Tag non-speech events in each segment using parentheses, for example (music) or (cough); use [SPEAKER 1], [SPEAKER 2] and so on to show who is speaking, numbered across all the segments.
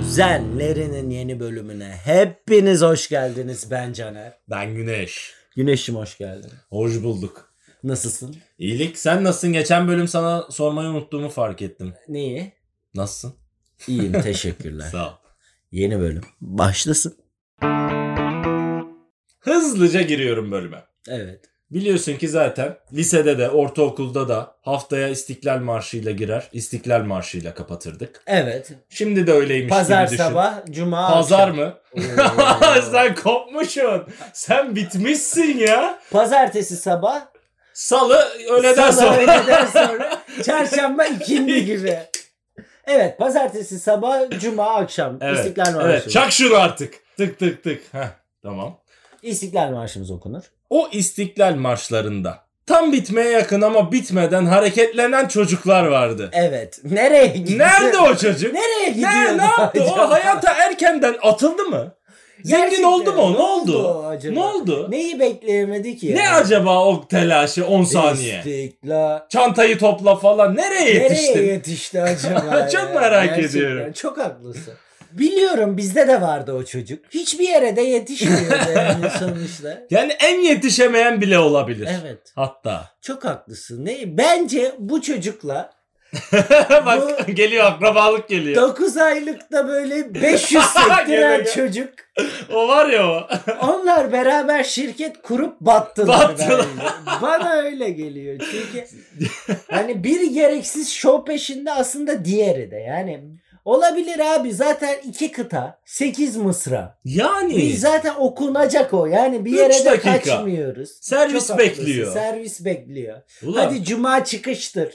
[SPEAKER 1] Güzellerinin yeni bölümüne hepiniz hoş geldiniz. Ben Caner.
[SPEAKER 2] Ben Güneş.
[SPEAKER 1] Güneş'im hoş geldin.
[SPEAKER 2] Hoş bulduk.
[SPEAKER 1] Nasılsın?
[SPEAKER 2] İyilik sen nasılsın? Geçen bölüm sana sormayı unuttuğumu fark ettim.
[SPEAKER 1] Neyi?
[SPEAKER 2] Nasılsın?
[SPEAKER 1] İyiyim teşekkürler.
[SPEAKER 2] Sağ ol.
[SPEAKER 1] (laughs) yeni bölüm. Başlasın.
[SPEAKER 2] Hızlıca giriyorum bölüme.
[SPEAKER 1] Evet.
[SPEAKER 2] Biliyorsun ki zaten lisede de ortaokulda da haftaya İstiklal Marşı'yla girer, İstiklal Marşı'yla kapatırdık.
[SPEAKER 1] Evet.
[SPEAKER 2] Şimdi de öyleymiş
[SPEAKER 1] Pazar
[SPEAKER 2] gibi düşün.
[SPEAKER 1] sabah, cuma
[SPEAKER 2] Pazar
[SPEAKER 1] akşam. (laughs)
[SPEAKER 2] mı?
[SPEAKER 1] Oo.
[SPEAKER 2] (laughs) sen kopmuşsun. Sen bitmişsin ya.
[SPEAKER 1] Pazartesi sabah.
[SPEAKER 2] Salı öğleden
[SPEAKER 1] Salı
[SPEAKER 2] sonra.
[SPEAKER 1] öğleden sonra. Çarşamba ikindi gibi. Evet pazartesi sabah, cuma akşam.
[SPEAKER 2] Evet,
[SPEAKER 1] İstiklal Marşı'mız.
[SPEAKER 2] (laughs) Evet, çak şunu artık. Tık tık tık. Heh, tamam.
[SPEAKER 1] İstiklal Marşı'mız okunur.
[SPEAKER 2] o istiklal marşlarında tam bitmeye yakın ama bitmeden hareketlenen çocuklar vardı.
[SPEAKER 1] Evet. Nereye gidiyor?
[SPEAKER 2] Nerede o çocuk?
[SPEAKER 1] Nereye gidiyor?
[SPEAKER 2] ne, ne yaptı? O hayata erkenden atıldı mı? Zengin
[SPEAKER 1] Gerçekten,
[SPEAKER 2] oldu mu? o?
[SPEAKER 1] ne
[SPEAKER 2] Ne oldu?
[SPEAKER 1] oldu acaba?
[SPEAKER 2] Ne oldu?
[SPEAKER 1] Neyi bekleyemedi ki?
[SPEAKER 2] Ne
[SPEAKER 1] ya?
[SPEAKER 2] acaba o telaşı 10 saniye?
[SPEAKER 1] İstiklal.
[SPEAKER 2] Çantayı topla falan. Nereye
[SPEAKER 1] Nereye
[SPEAKER 2] yetiştin?
[SPEAKER 1] yetişti acaba?
[SPEAKER 2] (laughs) Çok
[SPEAKER 1] ya?
[SPEAKER 2] merak
[SPEAKER 1] Gerçekten
[SPEAKER 2] ediyorum.
[SPEAKER 1] Çok haklısın. Biliyorum bizde de vardı o çocuk. Hiçbir yere de
[SPEAKER 2] (laughs)
[SPEAKER 1] yetişmiyor yani sonuçta.
[SPEAKER 2] Yani en yetişemeyen bile olabilir.
[SPEAKER 1] Evet.
[SPEAKER 2] Hatta.
[SPEAKER 1] Çok haklısın. Ne? Bence bu çocukla
[SPEAKER 2] (laughs) Bak geliyor akrabalık geliyor.
[SPEAKER 1] 9 aylıkta böyle
[SPEAKER 2] (laughs)
[SPEAKER 1] 500 sektiren
[SPEAKER 2] Gene gel.
[SPEAKER 1] çocuk.
[SPEAKER 2] O var ya o.
[SPEAKER 1] Onlar beraber şirket kurup battılar.
[SPEAKER 2] Battılar.
[SPEAKER 1] bence. Bana öyle geliyor. Çünkü hani biri gereksiz şov peşinde aslında diğeri de yani. Olabilir abi zaten iki kıta, sekiz mısra.
[SPEAKER 2] Yani
[SPEAKER 1] Biz zaten okunacak o yani bir
[SPEAKER 2] Üç
[SPEAKER 1] yere de
[SPEAKER 2] dakika.
[SPEAKER 1] kaçmıyoruz.
[SPEAKER 2] servis
[SPEAKER 1] Çok haklısın,
[SPEAKER 2] bekliyor.
[SPEAKER 1] Servis bekliyor.
[SPEAKER 2] Ulan.
[SPEAKER 1] Hadi cuma çıkıştır.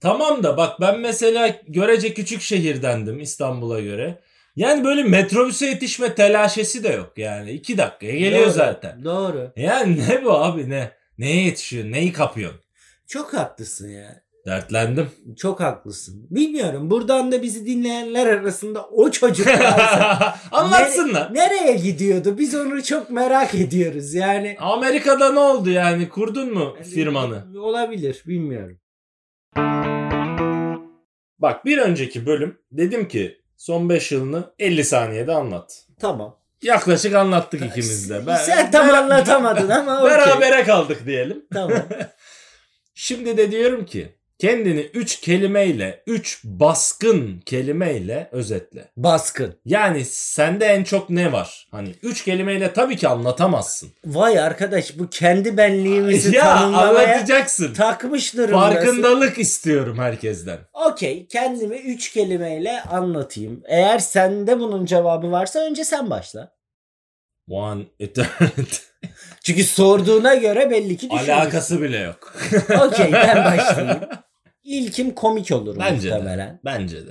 [SPEAKER 2] Tamam da bak ben mesela görece küçük şehirdendim İstanbul'a göre. Yani böyle metrobüse yetişme telaşesi de yok yani. iki dakikaya geliyor
[SPEAKER 1] Doğru,
[SPEAKER 2] zaten. E
[SPEAKER 1] Doğru.
[SPEAKER 2] Yani ne bu abi ne? Neye yetişiyorsun? Neyi kapıyorsun?
[SPEAKER 1] Çok haklısın ya.
[SPEAKER 2] Dertlendim. (laughs)
[SPEAKER 1] Çok haklısın. Bilmiyorum buradan da bizi dinleyenler arasında o çocuk
[SPEAKER 2] (laughs)
[SPEAKER 1] varsa
[SPEAKER 2] Anlatsınlar.
[SPEAKER 1] Nereye gidiyordu? Biz onu çok merak ediyoruz yani.
[SPEAKER 2] Amerika'da ne oldu yani? Kurdun mu firmanı?
[SPEAKER 1] Olabilir bilmiyorum.
[SPEAKER 2] Bak bir önceki bölüm dedim ki son 5 yılını 50 saniyede anlat.
[SPEAKER 1] Tamam.
[SPEAKER 2] Yaklaşık anlattık ikimiz de. Ben-
[SPEAKER 1] Sen tam
[SPEAKER 2] ben-
[SPEAKER 1] anlatamadın ama okey.
[SPEAKER 2] Berabere kaldık diyelim. (laughs)
[SPEAKER 1] Tamam.
[SPEAKER 2] Şimdi de diyorum ki kendini 3 kelimeyle, 3 baskın kelimeyle özetle.
[SPEAKER 1] Baskın.
[SPEAKER 2] Yani sende en çok ne var? Hani 3 kelimeyle tabii
[SPEAKER 1] (laughs)
[SPEAKER 2] ki anlatamazsın.
[SPEAKER 1] Vay arkadaş bu kendi benliğimizi
[SPEAKER 2] ya
[SPEAKER 1] tanımlamaya
[SPEAKER 2] anlatacaksın.
[SPEAKER 1] takmış durumdasın.
[SPEAKER 2] Farkındalık istiyorum herkesten.
[SPEAKER 1] Okey kendimi üç kelimeyle anlatayım. Eğer sende bunun cevabı varsa önce sen başla.
[SPEAKER 2] One eternity.
[SPEAKER 1] Çünkü sorduğuna göre belli ki düşünmüşsün.
[SPEAKER 2] Alakası bile yok. (laughs)
[SPEAKER 1] Okey ben başlayayım. İlkim komik olur
[SPEAKER 2] Bence de.
[SPEAKER 1] muhtemelen.
[SPEAKER 2] Bence de.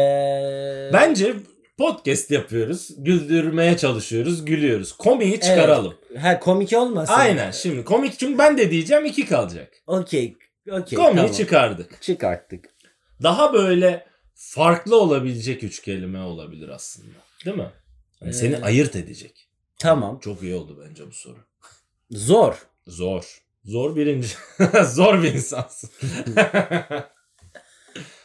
[SPEAKER 1] Ee,
[SPEAKER 2] Bence podcast yapıyoruz. Güldürmeye çalışıyoruz. Gülüyoruz. Komiği çıkaralım.
[SPEAKER 1] Ha komik olmasın.
[SPEAKER 2] Aynen şimdi komik çünkü ben de diyeceğim iki kalacak.
[SPEAKER 1] Okey. Okey.
[SPEAKER 2] Komiği
[SPEAKER 1] tamam.
[SPEAKER 2] çıkardık.
[SPEAKER 1] çıkarttık.
[SPEAKER 2] daha böyle farklı olabilecek üç kelime olabilir aslında. Değil mi? Hani seni
[SPEAKER 1] Ee,
[SPEAKER 2] ayırt edecek.
[SPEAKER 1] Tamam.
[SPEAKER 2] Çok iyi oldu bence bu soru.
[SPEAKER 1] Zor.
[SPEAKER 2] Zor. Zor birinci. (laughs) Zor bir insansın.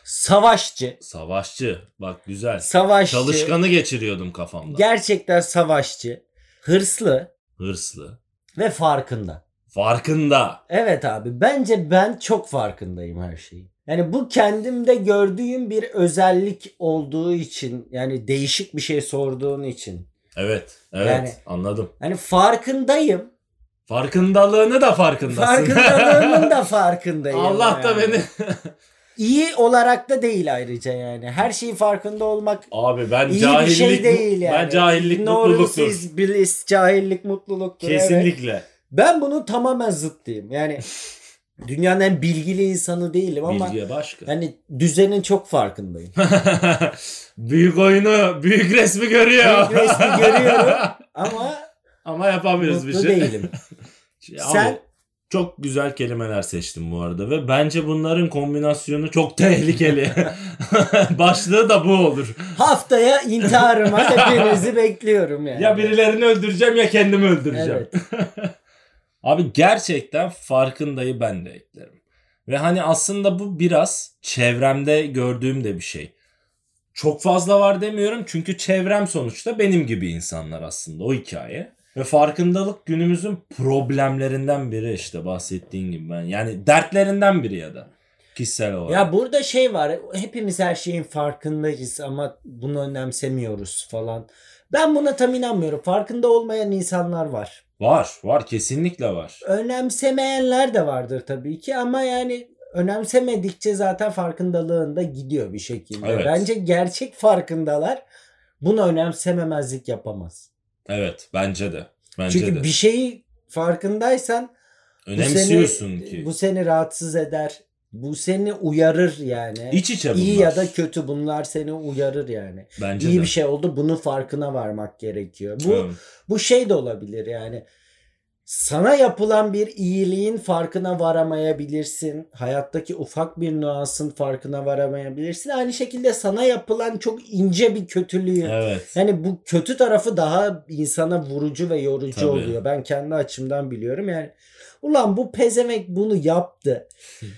[SPEAKER 1] Savaşçı.
[SPEAKER 2] Savaşçı. Bak güzel.
[SPEAKER 1] Savaşçı.
[SPEAKER 2] Çalışkanı geçiriyordum kafamda.
[SPEAKER 1] Gerçekten savaşçı. Hırslı
[SPEAKER 2] Hırslı.
[SPEAKER 1] ve farkında.
[SPEAKER 2] Farkında.
[SPEAKER 1] Evet abi bence ben çok farkındayım her şeyin. Yani bu kendimde gördüğüm bir özellik olduğu için yani değişik bir şey sorduğun için.
[SPEAKER 2] Evet. Evet.
[SPEAKER 1] Yani-
[SPEAKER 2] Anladım.
[SPEAKER 1] Hani farkındayım.
[SPEAKER 2] Farkındalığını da farkındasın.
[SPEAKER 1] Farkındalığımın
[SPEAKER 2] (laughs)
[SPEAKER 1] da farkındayım.
[SPEAKER 2] Allah da
[SPEAKER 1] yani.
[SPEAKER 2] beni.
[SPEAKER 1] İyi olarak da değil ayrıca yani. Her şeyin farkında olmak
[SPEAKER 2] Abi ben
[SPEAKER 1] iyi bir
[SPEAKER 2] cahillik.
[SPEAKER 1] şey değil yani.
[SPEAKER 2] Ben cahillik
[SPEAKER 1] Ignorance
[SPEAKER 2] mutluluktur.
[SPEAKER 1] is bliss, cahillik mutluluktur. evet.
[SPEAKER 2] Kesinlikle.
[SPEAKER 1] Ben bunun tamamen zıttıyım.
[SPEAKER 2] (laughs)
[SPEAKER 1] Yani dünyanın en bilgili insanı değilim ama
[SPEAKER 2] Bilgiye başka.
[SPEAKER 1] yani düzenin çok farkındayım.
[SPEAKER 2] (laughs) büyük oyunu, büyük resmi görüyor.
[SPEAKER 1] Büyük resmi görüyorum. ama
[SPEAKER 2] (laughs) Ama yapamıyoruz bir
[SPEAKER 1] mutlu
[SPEAKER 2] şey.
[SPEAKER 1] değilim.
[SPEAKER 2] Şey, abi,
[SPEAKER 1] Sen
[SPEAKER 2] çok güzel kelimeler seçtin bu arada ve bence bunların kombinasyonu çok tehlikeli.
[SPEAKER 1] (laughs)
[SPEAKER 2] (laughs) Başlığı da bu olur.
[SPEAKER 1] haftaya intiharıma
[SPEAKER 2] (laughs)
[SPEAKER 1] hepinizi bekliyorum yani.
[SPEAKER 2] Ya birilerini öldüreceğim ya kendimi öldüreceğim.
[SPEAKER 1] Evet.
[SPEAKER 2] (laughs) Abi gerçekten farkındayı ben de eklerim. Ve hani aslında bu biraz çevremde gördüğüm de bir şey. çok fazla var demiyorum çünkü çevrem sonuçta benim gibi insanlar aslında o hikaye. Ve farkındalık günümüzün problemlerinden biri işte bahsettiğin gibi ben. Yani dertlerinden biri ya da kişisel olarak.
[SPEAKER 1] Ya burada şey var. Hepimiz her şeyin farkındayız ama bunu önemsemiyoruz falan. Ben buna tam inanmıyorum. Farkında olmayan insanlar var.
[SPEAKER 2] Var var kesinlikle var.
[SPEAKER 1] Önemsemeyenler de vardır tabii ki ama yani önemsemedikçe zaten farkındalığında gidiyor bir şekilde.
[SPEAKER 2] Evet.
[SPEAKER 1] Bence gerçek farkındalar bunu önemsememezlik yapamaz.
[SPEAKER 2] Evet bence de. Bence
[SPEAKER 1] Çünkü
[SPEAKER 2] de.
[SPEAKER 1] bir şeyi farkındaysan
[SPEAKER 2] Önemsiyorsun
[SPEAKER 1] bu seni,
[SPEAKER 2] ki.
[SPEAKER 1] bu seni rahatsız eder. Bu seni uyarır yani.
[SPEAKER 2] İç içe bunlar.
[SPEAKER 1] İyi ya da kötü bunlar seni uyarır yani.
[SPEAKER 2] Bence
[SPEAKER 1] İyi
[SPEAKER 2] de.
[SPEAKER 1] bir şey oldu bunun farkına varmak gerekiyor. Bu
[SPEAKER 2] Evet.
[SPEAKER 1] bu şey de olabilir yani. Sana yapılan bir iyiliğin farkına varamayabilirsin. Hayattaki ufak bir nüansın farkına varamayabilirsin. Aynı şekilde sana yapılan çok ince bir kötülüğü.
[SPEAKER 2] Evet.
[SPEAKER 1] Yani Hani bu kötü tarafı daha insana vurucu ve yorucu
[SPEAKER 2] Tabii.
[SPEAKER 1] oluyor. Ben kendi açımdan biliyorum. Yani ulan bu pezemek bunu yaptı.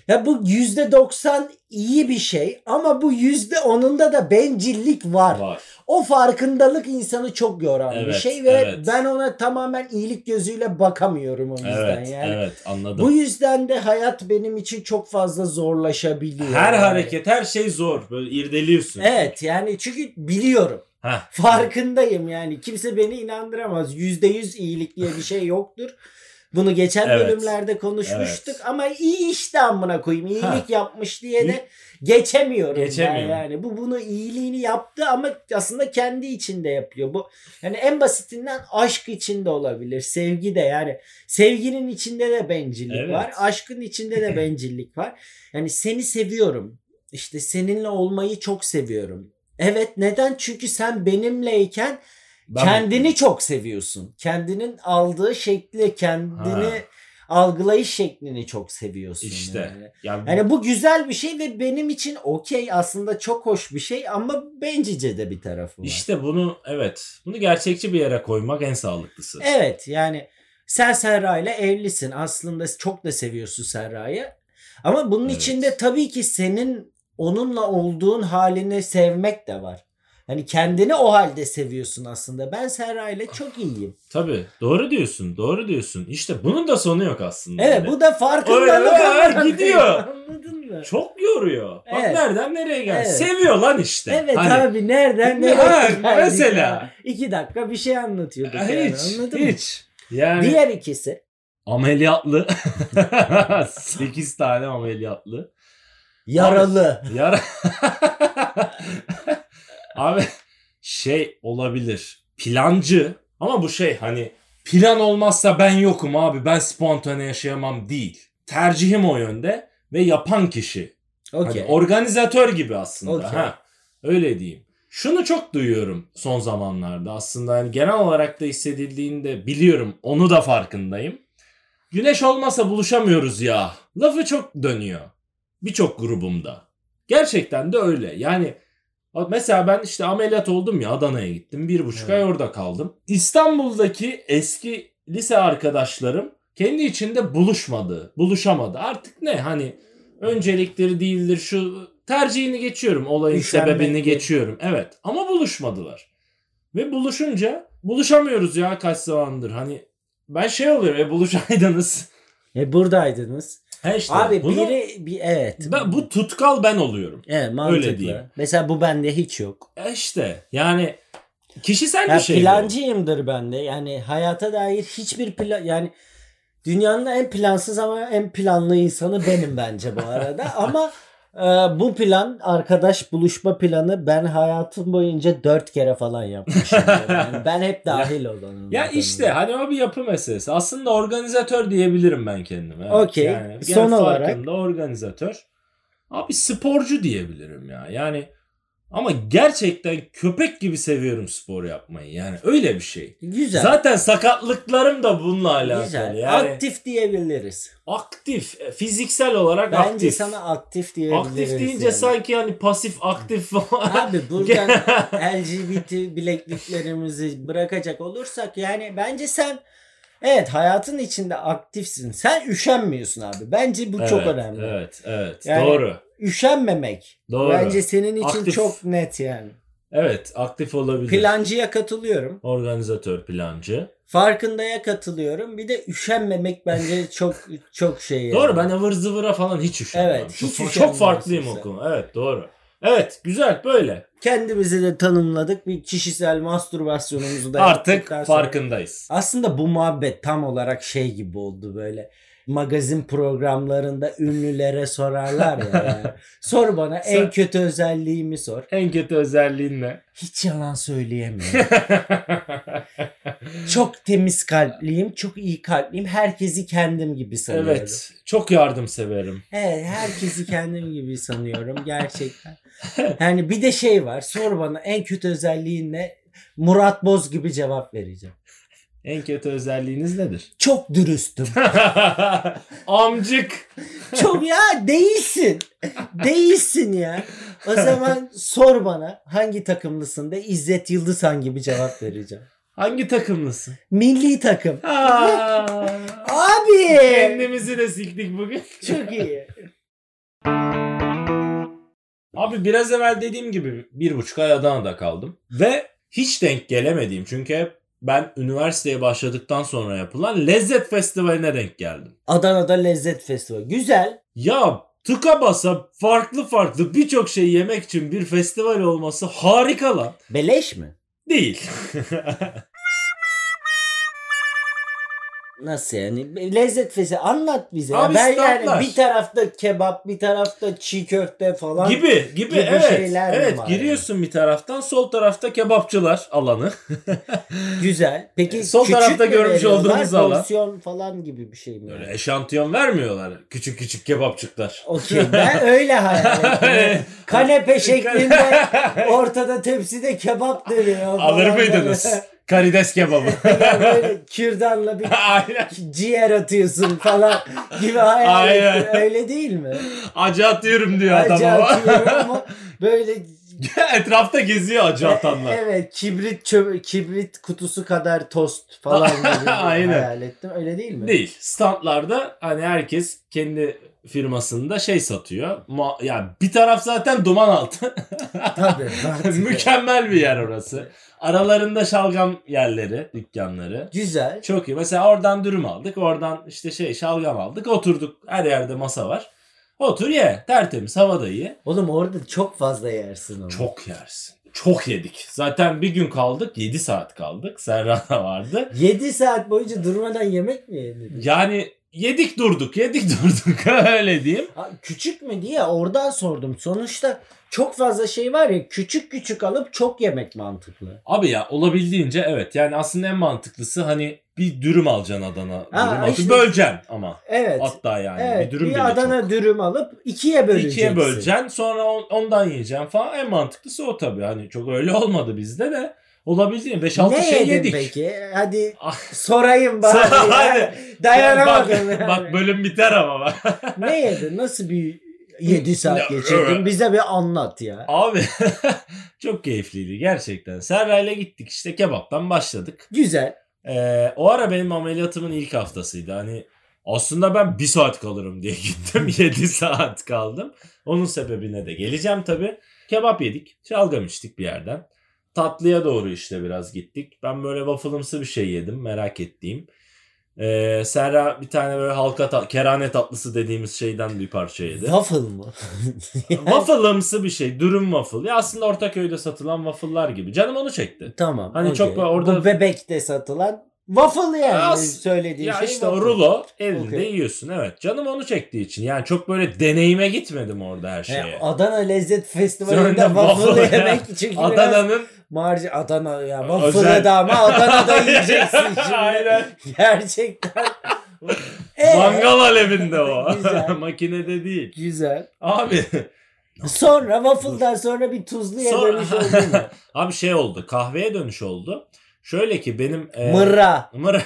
[SPEAKER 1] ya bu %90 iyi bir şey ama bu %10'unda da bencillik var.
[SPEAKER 2] Var.
[SPEAKER 1] O farkındalık insanı çok yoran bir
[SPEAKER 2] Evet,
[SPEAKER 1] şey ve
[SPEAKER 2] evet.
[SPEAKER 1] ben ona tamamen iyilik gözüyle bakamıyorum o yüzden
[SPEAKER 2] Evet.
[SPEAKER 1] yani.
[SPEAKER 2] Evet anladım.
[SPEAKER 1] Bu yüzden de hayat benim için çok fazla zorlaşabiliyor.
[SPEAKER 2] her
[SPEAKER 1] yani.
[SPEAKER 2] hareket her şey zor. Böyle irdeliyorsun.
[SPEAKER 1] Evet yani çünkü biliyorum.
[SPEAKER 2] Heh.
[SPEAKER 1] (laughs) Farkındayım yani. Kimse beni inandıramaz. Yüzde yüz iyilik diye bir şey yoktur. Bunu geçen
[SPEAKER 2] Evet.
[SPEAKER 1] bölümlerde konuşmuştuk ama iyi işte amına koyayım. İyilik
[SPEAKER 2] Ha.
[SPEAKER 1] yapmış diye de geçemiyorum ben
[SPEAKER 2] Geçemiyorum.
[SPEAKER 1] yani. Bu bunu iyiliğini yaptı ama aslında kendi içinde yapıyor. Bu yani en basitinden aşk içinde olabilir. Sevgi de yani sevginin içinde de bencillik
[SPEAKER 2] Evet.
[SPEAKER 1] var. Aşkın içinde
[SPEAKER 2] (laughs)
[SPEAKER 1] de bencillik var. Yani seni seviyorum. İşte seninle olmayı çok seviyorum. Evet neden? Çünkü sen benimleyken
[SPEAKER 2] Ben
[SPEAKER 1] kendini
[SPEAKER 2] mutluyum.
[SPEAKER 1] çok seviyorsun. Kendinin aldığı şekli, kendini
[SPEAKER 2] Ha.
[SPEAKER 1] algılayış şeklini çok seviyorsun.
[SPEAKER 2] İşte.
[SPEAKER 1] Yani.
[SPEAKER 2] Yani,
[SPEAKER 1] Yani bu güzel bir şey ve benim için okey aslında çok hoş bir şey ama bencece de bir tarafı var.
[SPEAKER 2] işte bunu evet. Bunu gerçekçi bir yere koymak en sağlıklısı.
[SPEAKER 1] Evet yani sen Serra ile evlisin. Aslında çok da seviyorsun Serra'yı. Ama bunun
[SPEAKER 2] Evet.
[SPEAKER 1] içinde tabii ki senin onunla olduğun halini sevmek de var. Hani kendini o halde seviyorsun aslında. Ben Serra ile çok iyiyim.
[SPEAKER 2] Tabii. Doğru diyorsun. Doğru diyorsun. İşte bunun da sonu yok aslında.
[SPEAKER 1] Evet
[SPEAKER 2] Yani.
[SPEAKER 1] bu da farkındalık.
[SPEAKER 2] Oy, oy,
[SPEAKER 1] olarak-
[SPEAKER 2] gidiyor.
[SPEAKER 1] Anladın mı?
[SPEAKER 2] çok yoruyor. Bak
[SPEAKER 1] Evet.
[SPEAKER 2] nereden nereye geldi.
[SPEAKER 1] Evet.
[SPEAKER 2] Seviyor lan işte.
[SPEAKER 1] Evet
[SPEAKER 2] Hani-
[SPEAKER 1] abi nereden
[SPEAKER 2] Ne-
[SPEAKER 1] nereye
[SPEAKER 2] (laughs)
[SPEAKER 1] (laughs)
[SPEAKER 2] Ha,
[SPEAKER 1] geldik
[SPEAKER 2] mesela.
[SPEAKER 1] ya? İki dakika bir şey anlatıyorduk.
[SPEAKER 2] Ha,
[SPEAKER 1] yani,
[SPEAKER 2] hiç.
[SPEAKER 1] anladın mı?
[SPEAKER 2] hiç. Yani
[SPEAKER 1] Diğer ikisi
[SPEAKER 2] ameliyatlı. 8 tane ameliyatlı.
[SPEAKER 1] yaralı.
[SPEAKER 2] Yara... (laughs) Abi şey olabilir. Plancı ama bu şey hani plan olmazsa ben yokum abi ben spontane yaşayamam değil. Tercihim o yönde ve yapan kişi. Hani
[SPEAKER 1] Okey.
[SPEAKER 2] organizatör gibi aslında.
[SPEAKER 1] Okey.
[SPEAKER 2] Ha, öyle diyeyim. Şunu çok duyuyorum son zamanlarda aslında hani genel olarak da hissedildiğinde biliyorum onu da farkındayım. Güneş olmasa buluşamıyoruz ya. Lafı çok dönüyor. Birçok grubumda. Gerçekten de öyle. Yani mesela ben işte ameliyat oldum ya Adana'ya gittim. Bir buçuk
[SPEAKER 1] Evet.
[SPEAKER 2] ay orada kaldım. İstanbul'daki eski lise arkadaşlarım kendi içinde buluşmadı. Buluşamadı. Artık ne hani öncelikleri değildir şu tercihini geçiyorum. Olayın
[SPEAKER 1] Üşenmek
[SPEAKER 2] sebebini
[SPEAKER 1] mi?
[SPEAKER 2] geçiyorum. Evet ama buluşmadılar. Ve buluşunca buluşamıyoruz ya kaç zamandır. Hani ben şey oluyor e buluşaydınız. (laughs)
[SPEAKER 1] E, buradaydınız.
[SPEAKER 2] He işte
[SPEAKER 1] Abi
[SPEAKER 2] bunu-
[SPEAKER 1] biri bir evet.
[SPEAKER 2] ben, bu tutkal ben oluyorum.
[SPEAKER 1] evet, mantıklı.
[SPEAKER 2] öyle diyeyim.
[SPEAKER 1] Mesela bu bende hiç yok.
[SPEAKER 2] E işte yani kişisel
[SPEAKER 1] Ya
[SPEAKER 2] bir şey. bu.
[SPEAKER 1] plancıyımdır bende. Yani hayata dair hiçbir plan yani dünyanın en plansız ama en planlı insanı benim bence bu
[SPEAKER 2] (laughs)
[SPEAKER 1] arada. ama e, bu plan arkadaş buluşma planı ben hayatım boyunca dört kere falan yapmışım.
[SPEAKER 2] (laughs)
[SPEAKER 1] Yani ben hep dahil olanım.
[SPEAKER 2] Ya işte hani o bir yapı meselesi. Aslında organizatör diyebilirim ben kendime. Evet,
[SPEAKER 1] Okey.
[SPEAKER 2] Yani
[SPEAKER 1] Son
[SPEAKER 2] genel
[SPEAKER 1] olarak-
[SPEAKER 2] farkında organizatör. Abi sporcu diyebilirim ya. Yani ama gerçekten köpek gibi seviyorum spor yapmayı. Yani öyle bir şey.
[SPEAKER 1] Güzel.
[SPEAKER 2] Zaten sakatlıklarım da bununla alakalı.
[SPEAKER 1] Güzel.
[SPEAKER 2] Yani
[SPEAKER 1] Aktif diyebiliriz.
[SPEAKER 2] aktif, e, fiziksel olarak
[SPEAKER 1] Bence
[SPEAKER 2] aktif.
[SPEAKER 1] sana aktif diyebiliriz.
[SPEAKER 2] aktif deyince
[SPEAKER 1] yani.
[SPEAKER 2] sanki hani pasif aktif falan. (laughs)
[SPEAKER 1] Abi buradan LGBT bilekliklerimizi bırakacak olursak yani bence sen evet hayatın içinde aktifsin. Sen üşenmiyorsun abi. Bence bu çok
[SPEAKER 2] Evet,
[SPEAKER 1] önemli.
[SPEAKER 2] Evet, evet.
[SPEAKER 1] Yani-
[SPEAKER 2] Doğru.
[SPEAKER 1] üşenmemek.
[SPEAKER 2] Doğru.
[SPEAKER 1] Bence senin için
[SPEAKER 2] Aktif.
[SPEAKER 1] çok net yani.
[SPEAKER 2] Evet aktif olabilir.
[SPEAKER 1] Plancıya katılıyorum.
[SPEAKER 2] Organizatör plancı.
[SPEAKER 1] Farkındaya katılıyorum. Bir de üşenmemek bence çok çok şey. yani.
[SPEAKER 2] Doğru ben ıvır zıvıra falan hiç üşenmem.
[SPEAKER 1] Evet, hiç
[SPEAKER 2] çok, çok
[SPEAKER 1] üşenmiyorsun
[SPEAKER 2] farklıyım o
[SPEAKER 1] sen.
[SPEAKER 2] konuda. Evet doğru. Evet güzel böyle.
[SPEAKER 1] Kendimizi de tanımladık. Bir kişisel mastürbasyonumuzu da
[SPEAKER 2] Artık
[SPEAKER 1] yaptıktan sonra-
[SPEAKER 2] farkındayız.
[SPEAKER 1] Aslında bu muhabbet tam olarak şey gibi oldu böyle. Magazin programlarında ünlülere sorarlar ya. (laughs) yani. Sor bana en
[SPEAKER 2] Sen-
[SPEAKER 1] kötü özelliğimi sor.
[SPEAKER 2] En kötü özelliğin ne?
[SPEAKER 1] Hiç yalan (laughs) söyleyemiyorum. çok temiz kalpliyim, çok iyi kalpliyim. Herkesi kendim gibi sanıyorum. Evet.
[SPEAKER 2] evet. Çok yardımseverim.
[SPEAKER 1] herkesi kendim gibi sanıyorum (laughs) gerçekten. Yani bir de şey var. Sor bana en kötü özelliğin ne? Murat Boz gibi cevap vereceğim.
[SPEAKER 2] En kötü özelliğiniz nedir?
[SPEAKER 1] Çok dürüstüm.
[SPEAKER 2] (laughs) Amcık.
[SPEAKER 1] Çok ya değilsin. Değilsin ya. O zaman sor bana hangi takımlısın de İzzet Yıldız hangi bir cevap vereceğim.
[SPEAKER 2] Hangi takımlısın?
[SPEAKER 1] Milli takım. (laughs)
[SPEAKER 2] Aa,
[SPEAKER 1] Abi.
[SPEAKER 2] Kendimizi de siktik bugün.
[SPEAKER 1] Çok iyi.
[SPEAKER 2] Abi biraz evvel dediğim gibi bir buçuk ay Adana'da kaldım. Ve hiç denk gelemediğim çünkü hep ben üniversiteye başladıktan sonra yapılan lezzet festivaline denk geldim.
[SPEAKER 1] Adana'da lezzet festivali. Güzel.
[SPEAKER 2] Ya tıka basa farklı farklı birçok şey yemek için bir festival olması harika lan.
[SPEAKER 1] Beleş mi?
[SPEAKER 2] Değil.
[SPEAKER 1] Nasıl yani? Lezzet festivali. Anlat bize. ya.
[SPEAKER 2] Abi
[SPEAKER 1] ben
[SPEAKER 2] standlar.
[SPEAKER 1] yani bir tarafta kebap, bir tarafta çiğ köfte falan.
[SPEAKER 2] gibi gibi,
[SPEAKER 1] gibi
[SPEAKER 2] evet.
[SPEAKER 1] şeyler mi
[SPEAKER 2] Evet
[SPEAKER 1] var
[SPEAKER 2] giriyorsun bir taraftan sol tarafta kebapçılar alanı.
[SPEAKER 1] Güzel. Peki
[SPEAKER 2] Sol
[SPEAKER 1] küçük
[SPEAKER 2] tarafta
[SPEAKER 1] mü
[SPEAKER 2] görmüş
[SPEAKER 1] veriyorlar,
[SPEAKER 2] olduğunuz alan.
[SPEAKER 1] Porsiyon falan gibi bir şey mi? yani?
[SPEAKER 2] Böyle eşantiyon vermiyorlar küçük küçük kebapçıklar.
[SPEAKER 1] Okey ben öyle
[SPEAKER 2] (laughs)
[SPEAKER 1] hayal ettim. Kanepe şeklinde ortada tepside kebap dönüyor. falan
[SPEAKER 2] Alır mıydınız?
[SPEAKER 1] böyle.
[SPEAKER 2] Karides kebabı.
[SPEAKER 1] (laughs) Ya böyle kürdanla bir
[SPEAKER 2] (laughs) Aynen.
[SPEAKER 1] ciğer atıyorsun falan gibi hayal
[SPEAKER 2] Aynen.
[SPEAKER 1] ettim. Öyle değil mi?
[SPEAKER 2] Acı atıyorum diyor adam
[SPEAKER 1] Acı
[SPEAKER 2] ama.
[SPEAKER 1] atıyorum ama böyle
[SPEAKER 2] (laughs)
[SPEAKER 1] e,
[SPEAKER 2] Etrafta geziyor acı atanlar.
[SPEAKER 1] evet kibrit çö- kibrit kutusu kadar tost
[SPEAKER 2] (laughs)
[SPEAKER 1] falan gibi
[SPEAKER 2] Aynen.
[SPEAKER 1] hayal ettim. Öyle değil mi?
[SPEAKER 2] Değil. Standlarda hani herkes kendi firmasında şey satıyor. Ma- yani bir taraf zaten duman altı. (laughs)
[SPEAKER 1] Tabii. tabii.
[SPEAKER 2] Mükemmel bir yer orası. Aralarında şalgam yerleri, dükkanları.
[SPEAKER 1] Güzel.
[SPEAKER 2] Çok iyi. Mesela oradan dürüm aldık. Oradan işte şey şalgam aldık. Oturduk. Her yerde masa var. Otur ye. Tertemiz. Havada ye.
[SPEAKER 1] Oğlum orada çok fazla yersin onu.
[SPEAKER 2] Çok yersin. Çok yedik. Zaten bir gün kaldık. 7 saat kaldık. Serra da vardı.
[SPEAKER 1] 7 saat boyunca durmadan yemek mi yedin?
[SPEAKER 2] Yani yedik durduk. Yedik (laughs) durduk. Öyle diyeyim.
[SPEAKER 1] Ha, Küçük mü diye oradan sordum. Sonuçta çok fazla şey var ya küçük küçük alıp çok yemek mantıklı.
[SPEAKER 2] Abi ya olabildiğince evet. Yani aslında en mantıklısı hani bir dürüm alacaksın Adana. Dürüm
[SPEAKER 1] Ha,
[SPEAKER 2] alıp
[SPEAKER 1] işte-
[SPEAKER 2] böleceksin ama.
[SPEAKER 1] Evet.
[SPEAKER 2] Hatta yani
[SPEAKER 1] evet.
[SPEAKER 2] bir
[SPEAKER 1] Bir,
[SPEAKER 2] dürüm bile
[SPEAKER 1] Adana dürüm alıp ikiye
[SPEAKER 2] çok.
[SPEAKER 1] böleceksin.
[SPEAKER 2] İkiye böleceksin sonra on- ondan yiyeceksin falan. En mantıklısı o tabii. Hani çok öyle olmadı bizde de. Olabildiğince 5-6
[SPEAKER 1] Ne
[SPEAKER 2] şey
[SPEAKER 1] yedin
[SPEAKER 2] yedik. (laughs)
[SPEAKER 1] peki? Hadi
[SPEAKER 2] Ah.
[SPEAKER 1] sorayım
[SPEAKER 2] (laughs)
[SPEAKER 1] bari.
[SPEAKER 2] Sor-
[SPEAKER 1] ya. Dayanamadım.
[SPEAKER 2] Bak,
[SPEAKER 1] yani.
[SPEAKER 2] bak bölüm biter ama bak. (laughs)
[SPEAKER 1] ne yedin? Nasıl bir 7 saat
[SPEAKER 2] Ne-
[SPEAKER 1] geçirdin? Bize bir anlat ya.
[SPEAKER 2] Abi (laughs) çok keyifliydi gerçekten. Serra'yla gittik işte kebaptan başladık.
[SPEAKER 1] Güzel.
[SPEAKER 2] Ee, o ara benim ameliyatımın ilk haftasıydı. Hani aslında ben bir saat kalırım diye (laughs) gittim. 7 saat kaldım. Onun sebebine de geleceğim tabii. Kebap yedik. Şalgam içtik bir yerden. Tatlıya doğru işte biraz gittik. Ben böyle waffle'ımsı bir şey yedim merak ettiğim. Ee, Serra bir tane böyle halka ta- kerane tatlısı dediğimiz şeyden bir parça yedi.
[SPEAKER 1] Waffle
[SPEAKER 2] (laughs)
[SPEAKER 1] mı? (laughs)
[SPEAKER 2] Waffle'ımsı bir şey. Dürüm waffle. Ya aslında Ortaköy'de satılan waffle'lar gibi. Canım onu çekti.
[SPEAKER 1] tamam.
[SPEAKER 2] Hani çok
[SPEAKER 1] okey.
[SPEAKER 2] orada-
[SPEAKER 1] Bu bebekte satılan waffle yani
[SPEAKER 2] Ya as-
[SPEAKER 1] söylediğin
[SPEAKER 2] Ya
[SPEAKER 1] şey.
[SPEAKER 2] işte o
[SPEAKER 1] waffle.
[SPEAKER 2] rulo elinde
[SPEAKER 1] Okey.
[SPEAKER 2] yiyorsun. Evet. Canım onu çektiği için. Yani çok böyle deneyime gitmedim orada her
[SPEAKER 1] He,
[SPEAKER 2] şeye.
[SPEAKER 1] Adana Lezzet Festivali'nde
[SPEAKER 2] Sonra waffle
[SPEAKER 1] waffle
[SPEAKER 2] ya. (laughs)
[SPEAKER 1] yemek için Adana (laughs)
[SPEAKER 2] Adana'nın
[SPEAKER 1] marj Adana ya
[SPEAKER 2] Özel.
[SPEAKER 1] waffle da ama
[SPEAKER 2] (laughs)
[SPEAKER 1] Adana'da yiyeceksin şimdi.
[SPEAKER 2] Aynen. (laughs)
[SPEAKER 1] Gerçekten. Ee,
[SPEAKER 2] mangal alevinde
[SPEAKER 1] (laughs)
[SPEAKER 2] o.
[SPEAKER 1] Güzel.
[SPEAKER 2] (laughs) Makinede değil.
[SPEAKER 1] Güzel.
[SPEAKER 2] Abi. (laughs)
[SPEAKER 1] Sonra waffle'dan sonra bir tuzluya
[SPEAKER 2] Sonra-
[SPEAKER 1] dönüş oldu
[SPEAKER 2] (laughs)
[SPEAKER 1] mu?
[SPEAKER 2] Abi şey oldu. Kahveye dönüş oldu. Şöyle ki benim e,
[SPEAKER 1] Mırra.
[SPEAKER 2] mır-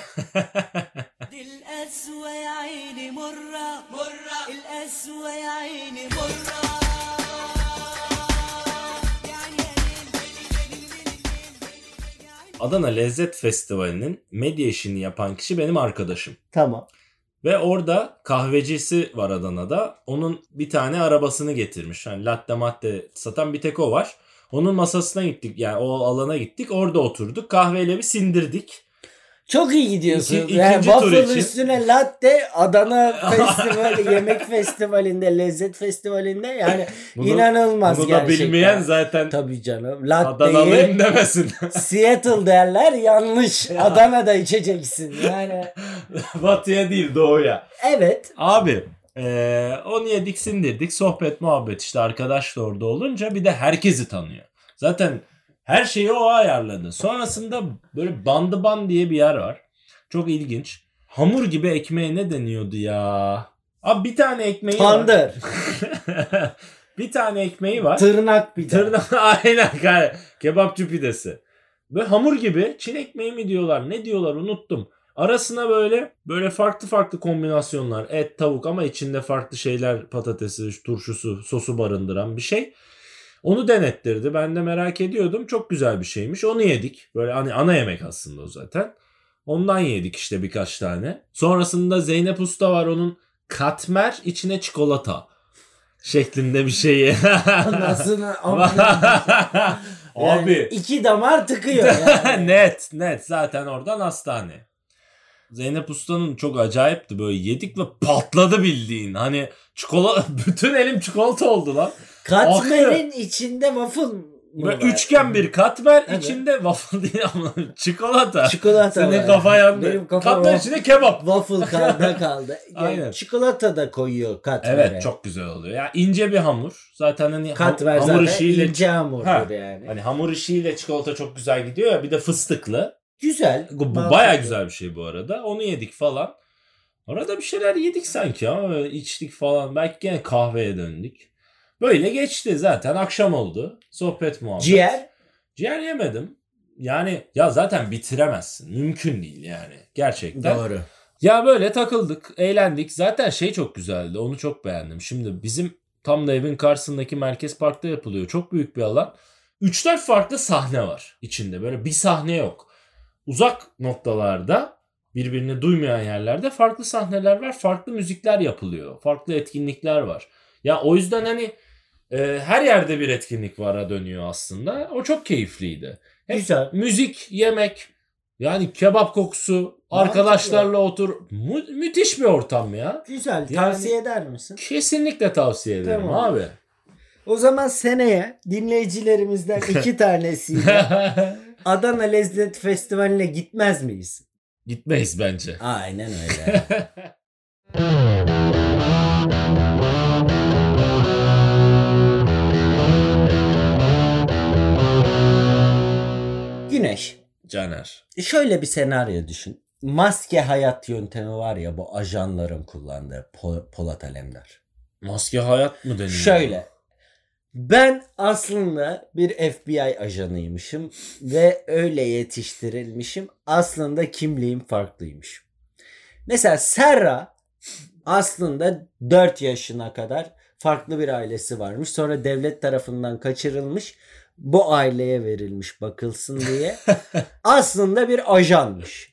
[SPEAKER 3] دي القسوة يا عيني مرة مرة القسوة يا عيني مرة يعني
[SPEAKER 2] Adana Lezzet Festivali'nin medya işini yapan kişi benim arkadaşım.
[SPEAKER 1] Tamam.
[SPEAKER 2] Ve orada kahvecisi var Adana'da. Onun bir tane arabasını getirmiş. Yani latte matte satan bir tek o var. Onun masasına gittik yani o alana gittik. Orada oturduk. Kahveyle bir sindirdik.
[SPEAKER 1] Çok iyi gidiyorsun.
[SPEAKER 2] İki-
[SPEAKER 1] yani
[SPEAKER 2] ikinci tur
[SPEAKER 1] waffle
[SPEAKER 2] için.
[SPEAKER 1] üstüne latte Adana
[SPEAKER 2] (laughs)
[SPEAKER 1] Festivali, Yemek Festivali'nde, Lezzet Festivalinde yani
[SPEAKER 2] Bunu-
[SPEAKER 1] inanılmaz
[SPEAKER 2] Bunu da
[SPEAKER 1] gerçekten.
[SPEAKER 2] bilmeyen zaten
[SPEAKER 1] Tabii canım.
[SPEAKER 2] Adanalıyım
[SPEAKER 1] Latte'yi
[SPEAKER 2] demesin. (laughs)
[SPEAKER 1] Seattle derler yanlış. Adana'da içeceksin. Yani
[SPEAKER 2] Batıya değil doğuya.
[SPEAKER 1] evet.
[SPEAKER 2] Abi e, eee onu yedik sindirdik sohbet muhabbet işte arkadaşla orada olunca bir de herkesi tanıyor. Zaten her şeyi o ayarladı. Sonrasında böyle bandı ban diye bir yer var. Çok ilginç. Hamur gibi ekmeğe ne deniyordu ya? Abi bir tane ekmeği var.
[SPEAKER 1] Pandır.
[SPEAKER 2] (laughs) bir tane ekmeği var.
[SPEAKER 1] Tırnak bir de.
[SPEAKER 2] Tırnak (laughs) aynen gayet. Kebapçı pidesi. Ve hamur gibi Çin ekmeği mi diyorlar ne diyorlar unuttum. Arasına böyle böyle farklı farklı kombinasyonlar et tavuk ama içinde farklı şeyler patatesi turşusu sosu barındıran bir şey. Onu denettirdi. Ben de merak ediyordum. Çok güzel bir şeymiş. Onu yedik. Böyle hani ana yemek aslında o zaten. Ondan yedik işte birkaç tane. Sonrasında Zeynep Usta var onun katmer içine çikolata şeklinde bir şeyi. (laughs)
[SPEAKER 1] Anasını amına.
[SPEAKER 2] Abi.
[SPEAKER 1] Yani iki damar tıkıyor (laughs)
[SPEAKER 2] (laughs)
[SPEAKER 1] yani.
[SPEAKER 2] net net zaten oradan hastane. Zeynep Usta'nın çok acayipti böyle yedik ve patladı bildiğin. Hani çikolata (laughs) bütün elim çikolata oldu lan.
[SPEAKER 1] Katmerin içinde waffle mı
[SPEAKER 2] Ve
[SPEAKER 1] var?
[SPEAKER 2] üçgen bir katmer
[SPEAKER 1] Evet.
[SPEAKER 2] içinde waffle değil (laughs) ama çikolata.
[SPEAKER 1] Çikolata
[SPEAKER 2] Senin
[SPEAKER 1] var.
[SPEAKER 2] kafa yandı.
[SPEAKER 1] Benim kafam
[SPEAKER 2] Katmer
[SPEAKER 1] o.
[SPEAKER 2] içinde kebap.
[SPEAKER 1] Waffle kalda kaldı. Yani
[SPEAKER 2] (laughs) Aynen.
[SPEAKER 1] Çikolata da koyuyor katmere.
[SPEAKER 2] Evet çok güzel oluyor. Ya ince bir hamur. Zaten hani ham-
[SPEAKER 1] Katmer
[SPEAKER 2] hamur
[SPEAKER 1] zaten
[SPEAKER 2] işiyle
[SPEAKER 1] ince hamurdur
[SPEAKER 2] Ha.
[SPEAKER 1] yani.
[SPEAKER 2] hani hamur işiyle çikolata çok güzel gidiyor ya bir de fıstıklı.
[SPEAKER 1] Güzel.
[SPEAKER 2] Bu
[SPEAKER 1] mantıklı.
[SPEAKER 2] baya güzel bir şey bu arada. Onu yedik falan. Orada bir şeyler yedik sanki ama böyle içtik falan. Belki gene kahveye döndük. Böyle geçti zaten. Akşam oldu. Sohbet muhabbet.
[SPEAKER 1] Ciğer.
[SPEAKER 2] Ciğer yemedim. Yani ya zaten bitiremezsin. Mümkün değil yani. Gerçekten.
[SPEAKER 1] Doğru.
[SPEAKER 2] Ya böyle takıldık, eğlendik. Zaten şey çok güzeldi. Onu çok beğendim. Şimdi bizim tam da evin karşısındaki merkez parkta yapılıyor. Çok büyük bir alan. 3-4 farklı sahne var içinde. Böyle bir sahne yok. Uzak noktalarda birbirini duymayan yerlerde farklı sahneler var. Farklı müzikler yapılıyor. Farklı etkinlikler var. Ya o yüzden hani e, her yerde bir etkinlik vara dönüyor aslında. O çok keyifliydi. Hep
[SPEAKER 1] Güzel.
[SPEAKER 2] müzik, yemek, yani kebap kokusu, arkadaşlarla otur. Mu- müthiş bir ortam ya.
[SPEAKER 1] Güzel. Tavsiye eder misin?
[SPEAKER 2] Kesinlikle tavsiye ederim
[SPEAKER 1] Tamam.
[SPEAKER 2] abi.
[SPEAKER 1] O zaman seneye dinleyicilerimizden iki tanesiyle Adana Lezzet Festivali'ne gitmez miyiz?
[SPEAKER 2] (laughs) Gitmeyiz bence.
[SPEAKER 1] Aynen öyle. (laughs) Güneş.
[SPEAKER 2] Caner.
[SPEAKER 1] Şöyle bir senaryo düşün. Maske hayat yöntemi var ya bu ajanların kullandığı Po- Polat Alemdar.
[SPEAKER 2] Maske hayat mı deniyor?
[SPEAKER 1] Şöyle. Ben aslında bir FBI ajanıymışım ve öyle yetiştirilmişim. Aslında kimliğim farklıymış. Mesela Serra aslında 4 yaşına kadar farklı bir ailesi varmış. Sonra devlet tarafından kaçırılmış. Bu aileye verilmiş bakılsın
[SPEAKER 2] (laughs)
[SPEAKER 1] diye. aslında bir ajanmış.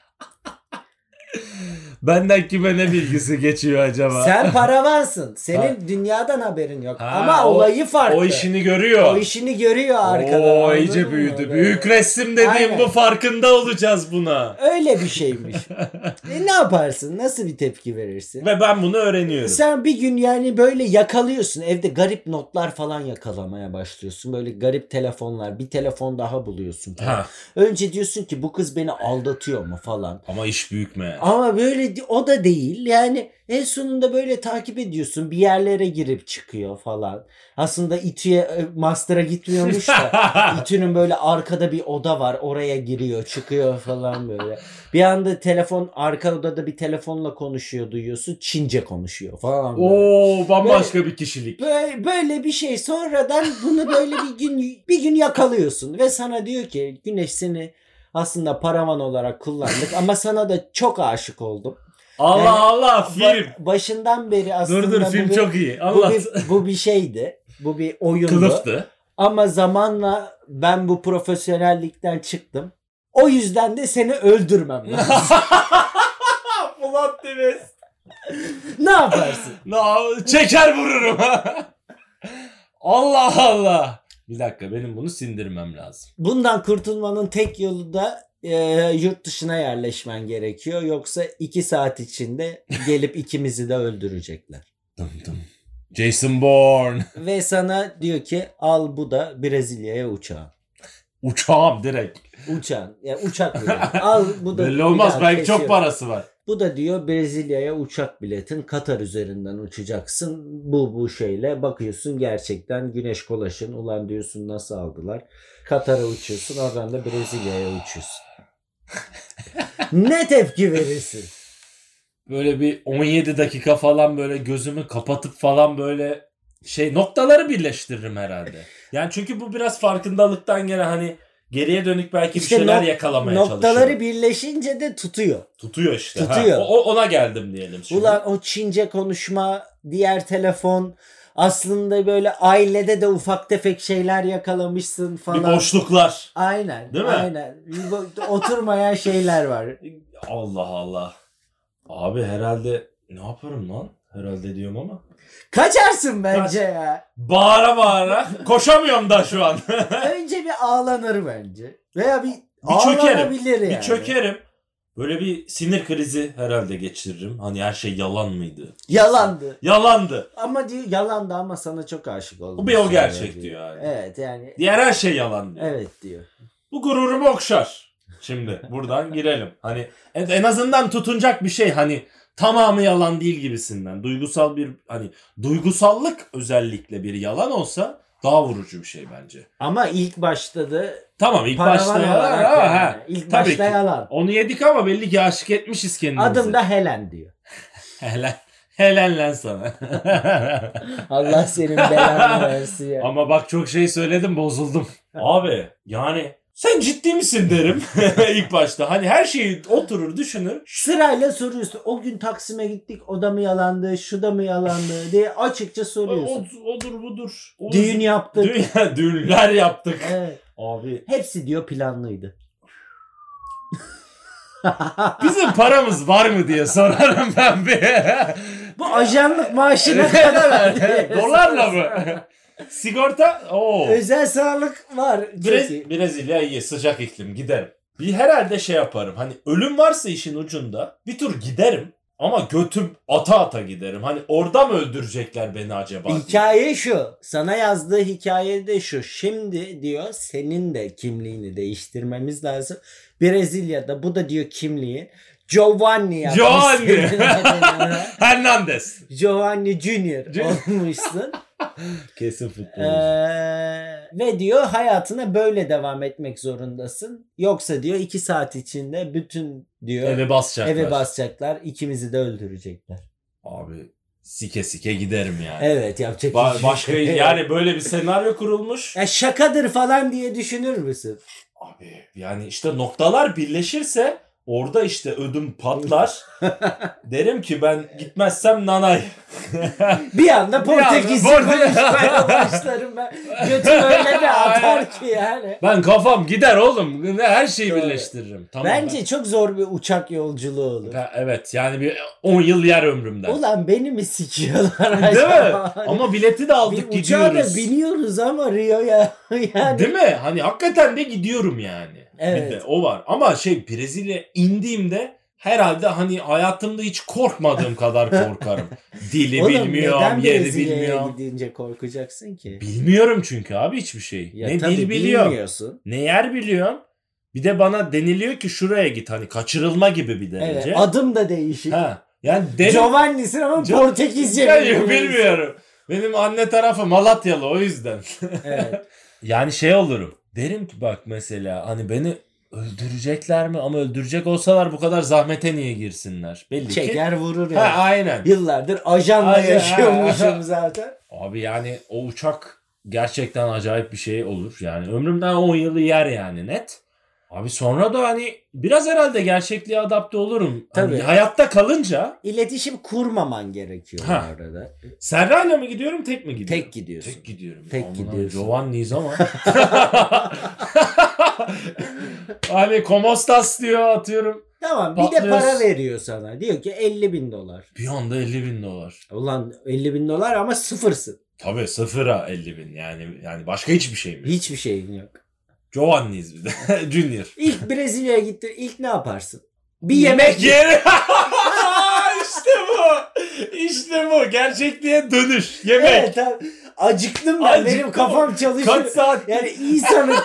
[SPEAKER 2] Benden kime ne bilgisi geçiyor acaba?
[SPEAKER 1] Sen paravansın. Senin dünyadan haberin yok.
[SPEAKER 2] Ha,
[SPEAKER 1] Ama
[SPEAKER 2] o-
[SPEAKER 1] olayı farklı.
[SPEAKER 2] o işini görüyor.
[SPEAKER 1] O işini görüyor arkada.
[SPEAKER 2] Oo
[SPEAKER 1] anladın
[SPEAKER 2] iyice
[SPEAKER 1] mı?
[SPEAKER 2] büyüdü.
[SPEAKER 1] Böyle.
[SPEAKER 2] Büyük resim dediğim
[SPEAKER 1] Aynen.
[SPEAKER 2] bu farkında olacağız buna.
[SPEAKER 1] Öyle bir
[SPEAKER 2] (laughs)
[SPEAKER 1] şeymiş. e ne yaparsın? Nasıl bir tepki verirsin?
[SPEAKER 2] Ve ben bunu öğreniyorum.
[SPEAKER 1] Sen bir gün yani böyle yakalıyorsun. Evde garip notlar falan yakalamaya başlıyorsun. Böyle garip telefonlar. Bir telefon daha buluyorsun falan.
[SPEAKER 2] Ha.
[SPEAKER 1] Önce diyorsun ki bu kız beni aldatıyor mu falan.
[SPEAKER 2] Ama iş büyük mü?
[SPEAKER 1] Ama böyle di- o da değil. Yani en sonunda böyle takip ediyorsun. Bir yerlere girip çıkıyor falan. Aslında İTÜ'ye e, master'a gitmiyormuş da. (laughs) İTÜ'nün böyle arkada bir oda var. Oraya giriyor, çıkıyor falan böyle. Bir anda telefon arka odada bir telefonla konuşuyor duyuyorsun. Çince konuşuyor falan böyle.
[SPEAKER 2] (laughs) Oo bambaşka bir kişilik.
[SPEAKER 1] Böyle, böyle bir şey sonradan bunu böyle bir gün bir gün yakalıyorsun ve sana diyor ki Güneş seni aslında paravan olarak kullandık ama sana da çok aşık oldum. Yani-
[SPEAKER 2] Allah Allah
[SPEAKER 1] Ba-
[SPEAKER 2] film.
[SPEAKER 1] başından beri aslında
[SPEAKER 2] Dur dur film
[SPEAKER 1] bu, bir-
[SPEAKER 2] çok iyi.
[SPEAKER 1] bu,
[SPEAKER 2] Anlat.
[SPEAKER 1] bir, bu bir şeydi. Bu bir oyundu.
[SPEAKER 2] Kılıftı.
[SPEAKER 1] Ama zamanla ben bu profesyonellikten çıktım.
[SPEAKER 2] (laughs)
[SPEAKER 1] O yüzden de seni öldürmem lazım.
[SPEAKER 2] Polat Deniz. Na- Çeker vururum. (laughs) Allah Allah. Bir dakika benim bunu sindirmem lazım.
[SPEAKER 1] Bundan kurtulmanın tek yolu da e, yurt dışına yerleşmen gerekiyor. Yoksa iki saat içinde gelip ikimizi de öldürecekler.
[SPEAKER 2] Dım dım. Jason Bourne. (laughs)
[SPEAKER 1] Ve sana diyor ki al bu da Brezilya'ya uçağın.
[SPEAKER 2] Uçağım direkt.
[SPEAKER 1] Uçağın. Yani uçak
[SPEAKER 2] (laughs)
[SPEAKER 1] bileti. Al bu da.
[SPEAKER 2] Belli olmaz
[SPEAKER 1] bir daha
[SPEAKER 2] belki çok
[SPEAKER 1] kesiyorum.
[SPEAKER 2] parası var.
[SPEAKER 1] Bu da diyor Brezilya'ya uçak biletin. Katar üzerinden uçacaksın. Bu bu şeyle bakıyorsun gerçekten güneş kolaşın. Ulan diyorsun nasıl aldılar. Katar'a uçuyorsun oradan da Brezilya'ya
[SPEAKER 2] (laughs)
[SPEAKER 1] uçuyorsun. ne tepki verirsin?
[SPEAKER 2] Böyle bir 17 dakika falan böyle gözümü kapatıp falan böyle şey noktaları birleştiririm herhalde. Yani çünkü bu biraz farkındalıktan gene hani geriye dönük belki
[SPEAKER 1] İşte
[SPEAKER 2] bir şeyler
[SPEAKER 1] nok-
[SPEAKER 2] yakalamaya
[SPEAKER 1] Noktaları
[SPEAKER 2] çalışırım.
[SPEAKER 1] birleşince de tutuyor.
[SPEAKER 2] Tutuyor işte. ha.
[SPEAKER 1] Tutuyor.
[SPEAKER 2] O- o- ona geldim diyelim şimdi.
[SPEAKER 1] Ulan o Çince konuşma, diğer telefon aslında böyle ailede de ufak tefek şeyler yakalamışsın
[SPEAKER 2] bir
[SPEAKER 1] falan.
[SPEAKER 2] boşluklar.
[SPEAKER 1] Aynen.
[SPEAKER 2] Değil mi?
[SPEAKER 1] Aynen. Bir bo- Oturmayan şeyler var.
[SPEAKER 2] Allah Allah. Abi herhalde ne yaparım lan? Herhalde diyorum ama.
[SPEAKER 1] Kaçarsın bence
[SPEAKER 2] (laughs)
[SPEAKER 1] ya. (laughs)
[SPEAKER 2] Bağıra bağıra. Koşamıyorum da şu an.
[SPEAKER 1] Önce bir ağlanır bence. Veya bir,
[SPEAKER 2] çökerim.
[SPEAKER 1] ağlanabilir yani.
[SPEAKER 2] (laughs) bir çökerim. Böyle bir sinir krizi herhalde geçiririm. Hani her şey yalan mıydı?
[SPEAKER 1] Yalandı.
[SPEAKER 2] Yalandı.
[SPEAKER 1] Ama diyor yalandı ama sana çok aşık oldum.
[SPEAKER 2] Bu bir o
[SPEAKER 1] Sonra
[SPEAKER 2] gerçek diyor yani.
[SPEAKER 1] Evet yani.
[SPEAKER 2] Diğer her şey yalan diyor.
[SPEAKER 1] Evet diyor.
[SPEAKER 2] Bu gururumu okşar. Şimdi buradan girelim. Hani en- en azından tutunacak bir şey hani tamamı yalan değil gibisinden. Duygusal bir hani duygusallık özellikle bir yalan olsa daha vurucu bir şey bence.
[SPEAKER 1] Ama ilk başta da
[SPEAKER 2] Tamam ilk
[SPEAKER 1] paravan
[SPEAKER 2] başta yalan.
[SPEAKER 1] olarak
[SPEAKER 2] ha,
[SPEAKER 1] yani.
[SPEAKER 2] ha.
[SPEAKER 1] İlk
[SPEAKER 2] Tabii
[SPEAKER 1] başta
[SPEAKER 2] ki.
[SPEAKER 1] yalan.
[SPEAKER 2] Onu yedik ama belli ki aşık etmişiz kendimizi.
[SPEAKER 1] Adım
[SPEAKER 2] (laughs)
[SPEAKER 1] da Helen diyor.
[SPEAKER 2] Helal, helal
[SPEAKER 1] (laughs)
[SPEAKER 2] lan sana.
[SPEAKER 1] Allah senin
[SPEAKER 2] (laughs)
[SPEAKER 1] belanı versin ya.
[SPEAKER 2] Ama bak çok şey söyledim bozuldum. Abi yani sen ciddi misin derim (laughs) ilk başta. Hani her şeyi oturur düşünür.
[SPEAKER 1] Sırayla soruyorsun. O gün Taksim'e gittik o da mı yalandı, şu da mı yalandı diye açıkça soruyorsun.
[SPEAKER 2] O- odur budur. O-
[SPEAKER 1] Düğün yaptık.
[SPEAKER 2] Düğün- (laughs) düğünler
[SPEAKER 1] (laughs)
[SPEAKER 2] yaptık.
[SPEAKER 1] Evet.
[SPEAKER 2] Abi
[SPEAKER 1] Hepsi diyor planlıydı.
[SPEAKER 2] bizim paramız var mı diye sorarım ben bir.
[SPEAKER 1] Bu ajanlık maaşına (laughs) kadar ödüyorsun.
[SPEAKER 2] (laughs)
[SPEAKER 1] (laughs)
[SPEAKER 2] Dolarla mı? Sigorta? Oo.
[SPEAKER 1] Özel sağlık var.
[SPEAKER 2] Brez-
[SPEAKER 1] Çünkü
[SPEAKER 2] Brezilya iyi sıcak iklim giderim. Bir herhalde şey yaparım hani ölüm varsa işin ucunda bir tur giderim ama götüm ata ata giderim. Hani orada mı öldürecekler beni acaba?
[SPEAKER 1] Hikaye şu. Sana yazdığı hikaye de şu. Şimdi diyor senin de kimliğini değiştirmemiz lazım. Brezilya'da bu da diyor kimliği. Giovanni yapmış.
[SPEAKER 2] Giovanni. (laughs)
[SPEAKER 1] (laughs)
[SPEAKER 2] Hernandez.
[SPEAKER 1] Giovanni Junior
[SPEAKER 2] Junior.
[SPEAKER 1] olmuşsun.
[SPEAKER 2] (laughs) Kesin
[SPEAKER 1] Ee,
[SPEAKER 2] futbolcu.
[SPEAKER 1] ve diyor hayatına böyle devam etmek zorundasın. Yoksa diyor iki saat içinde bütün diyor
[SPEAKER 2] Eve basacaklar.
[SPEAKER 1] eve basacaklar. ikimizi de öldürecekler.
[SPEAKER 2] Abi sike sike giderim yani.
[SPEAKER 1] Evet yapacak
[SPEAKER 2] Ba-
[SPEAKER 1] hiçbir
[SPEAKER 2] (laughs) başka
[SPEAKER 1] şey yok.
[SPEAKER 2] yani böyle bir senaryo kurulmuş.
[SPEAKER 1] Ya şakadır falan diye düşünür müsün?
[SPEAKER 2] Abi yani işte noktalar birleşirse orada işte ödüm (laughs) patlar. Derim ki ben gitmezsem nanay. (laughs)
[SPEAKER 1] Bir anda
[SPEAKER 2] Bir anda
[SPEAKER 1] Portekiz'i
[SPEAKER 2] Portekiz- (laughs)
[SPEAKER 1] konuşmaya başlarım ben. Götüm öyle bir atar ki yani.
[SPEAKER 2] Ben kafam gider oğlum. Her şeyi
[SPEAKER 1] Doğru.
[SPEAKER 2] birleştiririm. Tamam,
[SPEAKER 1] Bence çok zor bir uçak yolculuğu
[SPEAKER 2] ben-
[SPEAKER 1] olur.
[SPEAKER 2] Ben- evet yani bir 10 yıl yer ömrümden.
[SPEAKER 1] Ulan beni mi sikiyorlar
[SPEAKER 2] Değil mi?
[SPEAKER 1] acaba?
[SPEAKER 2] Ama bileti de aldık
[SPEAKER 1] Bir uçağa da
[SPEAKER 2] gidiyoruz.
[SPEAKER 1] biniyoruz ama Rio'ya (laughs) yani.
[SPEAKER 2] Değil mi? Hani hakikaten de gidiyorum yani.
[SPEAKER 1] Evet.
[SPEAKER 2] Bir de o var. Ama şey Brezilya indiğimde herhalde hani hayatımda hiç korkmadığım
[SPEAKER 1] (laughs)
[SPEAKER 2] kadar korkarım. Dili
[SPEAKER 1] Oğlum
[SPEAKER 2] bilmiyorum,
[SPEAKER 1] neden
[SPEAKER 2] yeri
[SPEAKER 1] Brezilya'ya
[SPEAKER 2] bilmiyorum.
[SPEAKER 1] gidince korkacaksın ki?
[SPEAKER 2] Bilmiyorum çünkü abi hiçbir şey.
[SPEAKER 1] Ya
[SPEAKER 2] ne
[SPEAKER 1] tabii
[SPEAKER 2] dil biliyorum,
[SPEAKER 1] bilmiyorsun.
[SPEAKER 2] ne yer biliyorum. Bir de bana deniliyor ki şuraya git hani kaçırılma gibi bir
[SPEAKER 1] Evet,
[SPEAKER 2] derece.
[SPEAKER 1] adım da değişik.
[SPEAKER 2] Ha. Yani derim.
[SPEAKER 1] Giovanni'sin ama
[SPEAKER 2] Co-
[SPEAKER 1] Portekizce
[SPEAKER 2] Yani
[SPEAKER 1] bilmiyorsun.
[SPEAKER 2] bilmiyorum. Benim anne tarafı Malatyalı o yüzden. (laughs)
[SPEAKER 1] Evet.
[SPEAKER 2] Yani şey olurum. Derim ki bak mesela hani beni öldürecekler mi? Ama öldürecek olsalar bu kadar zahmete niye girsinler? Belli
[SPEAKER 1] Çeker vurur
[SPEAKER 2] ki.
[SPEAKER 1] yani.
[SPEAKER 2] Ha aynen.
[SPEAKER 1] Yıllardır ajanla
[SPEAKER 2] Ajan,
[SPEAKER 1] yaşıyormuşum
[SPEAKER 2] ha.
[SPEAKER 1] zaten.
[SPEAKER 2] Abi yani o uçak gerçekten acayip bir şey olur. Yani ömrümden 10 yılı yer yani net. Abi sonra da hani biraz herhalde gerçekliğe adapte olurum. Hani
[SPEAKER 1] Tabii.
[SPEAKER 2] hayatta kalınca
[SPEAKER 1] İletişim kurmaman gerekiyor
[SPEAKER 2] Ha.
[SPEAKER 1] bu arada.
[SPEAKER 2] Serra'yla mı gidiyorum tek mi gidiyorum?
[SPEAKER 1] Tek gidiyorsun.
[SPEAKER 2] Tek gidiyorum.
[SPEAKER 1] Tek
[SPEAKER 2] Aman
[SPEAKER 1] gidiyorsun.
[SPEAKER 2] abi, Giovanni'yiz ama. (laughs) hani Komostas diyor atıyorum.
[SPEAKER 1] Tamam bir de
[SPEAKER 2] Patlıyoruz.
[SPEAKER 1] para veriyor sana. Diyor ki 50 bin dolar.
[SPEAKER 2] Bir anda 50 bin dolar.
[SPEAKER 1] Ulan 50 bin dolar ama sıfırsın.
[SPEAKER 2] Tabii sıfıra 50 bin yani yani başka hiçbir şey mi?
[SPEAKER 1] Hiçbir şeyin yok.
[SPEAKER 2] Giovanni'yiz bir de. (laughs) Junior.
[SPEAKER 1] İlk Brezilya'ya gittin ilk ne yaparsın? Bir yemek ye.
[SPEAKER 2] Yeri. (laughs) işte bu. İşte bu. Gerçekliğe dönüş. Yemek.
[SPEAKER 1] Evet, tabii. acıktım ben. Benim
[SPEAKER 2] Acıktım.
[SPEAKER 1] kafam çalışıyor.
[SPEAKER 2] Kaç saat?
[SPEAKER 1] Yani
[SPEAKER 2] (laughs)
[SPEAKER 1] insanın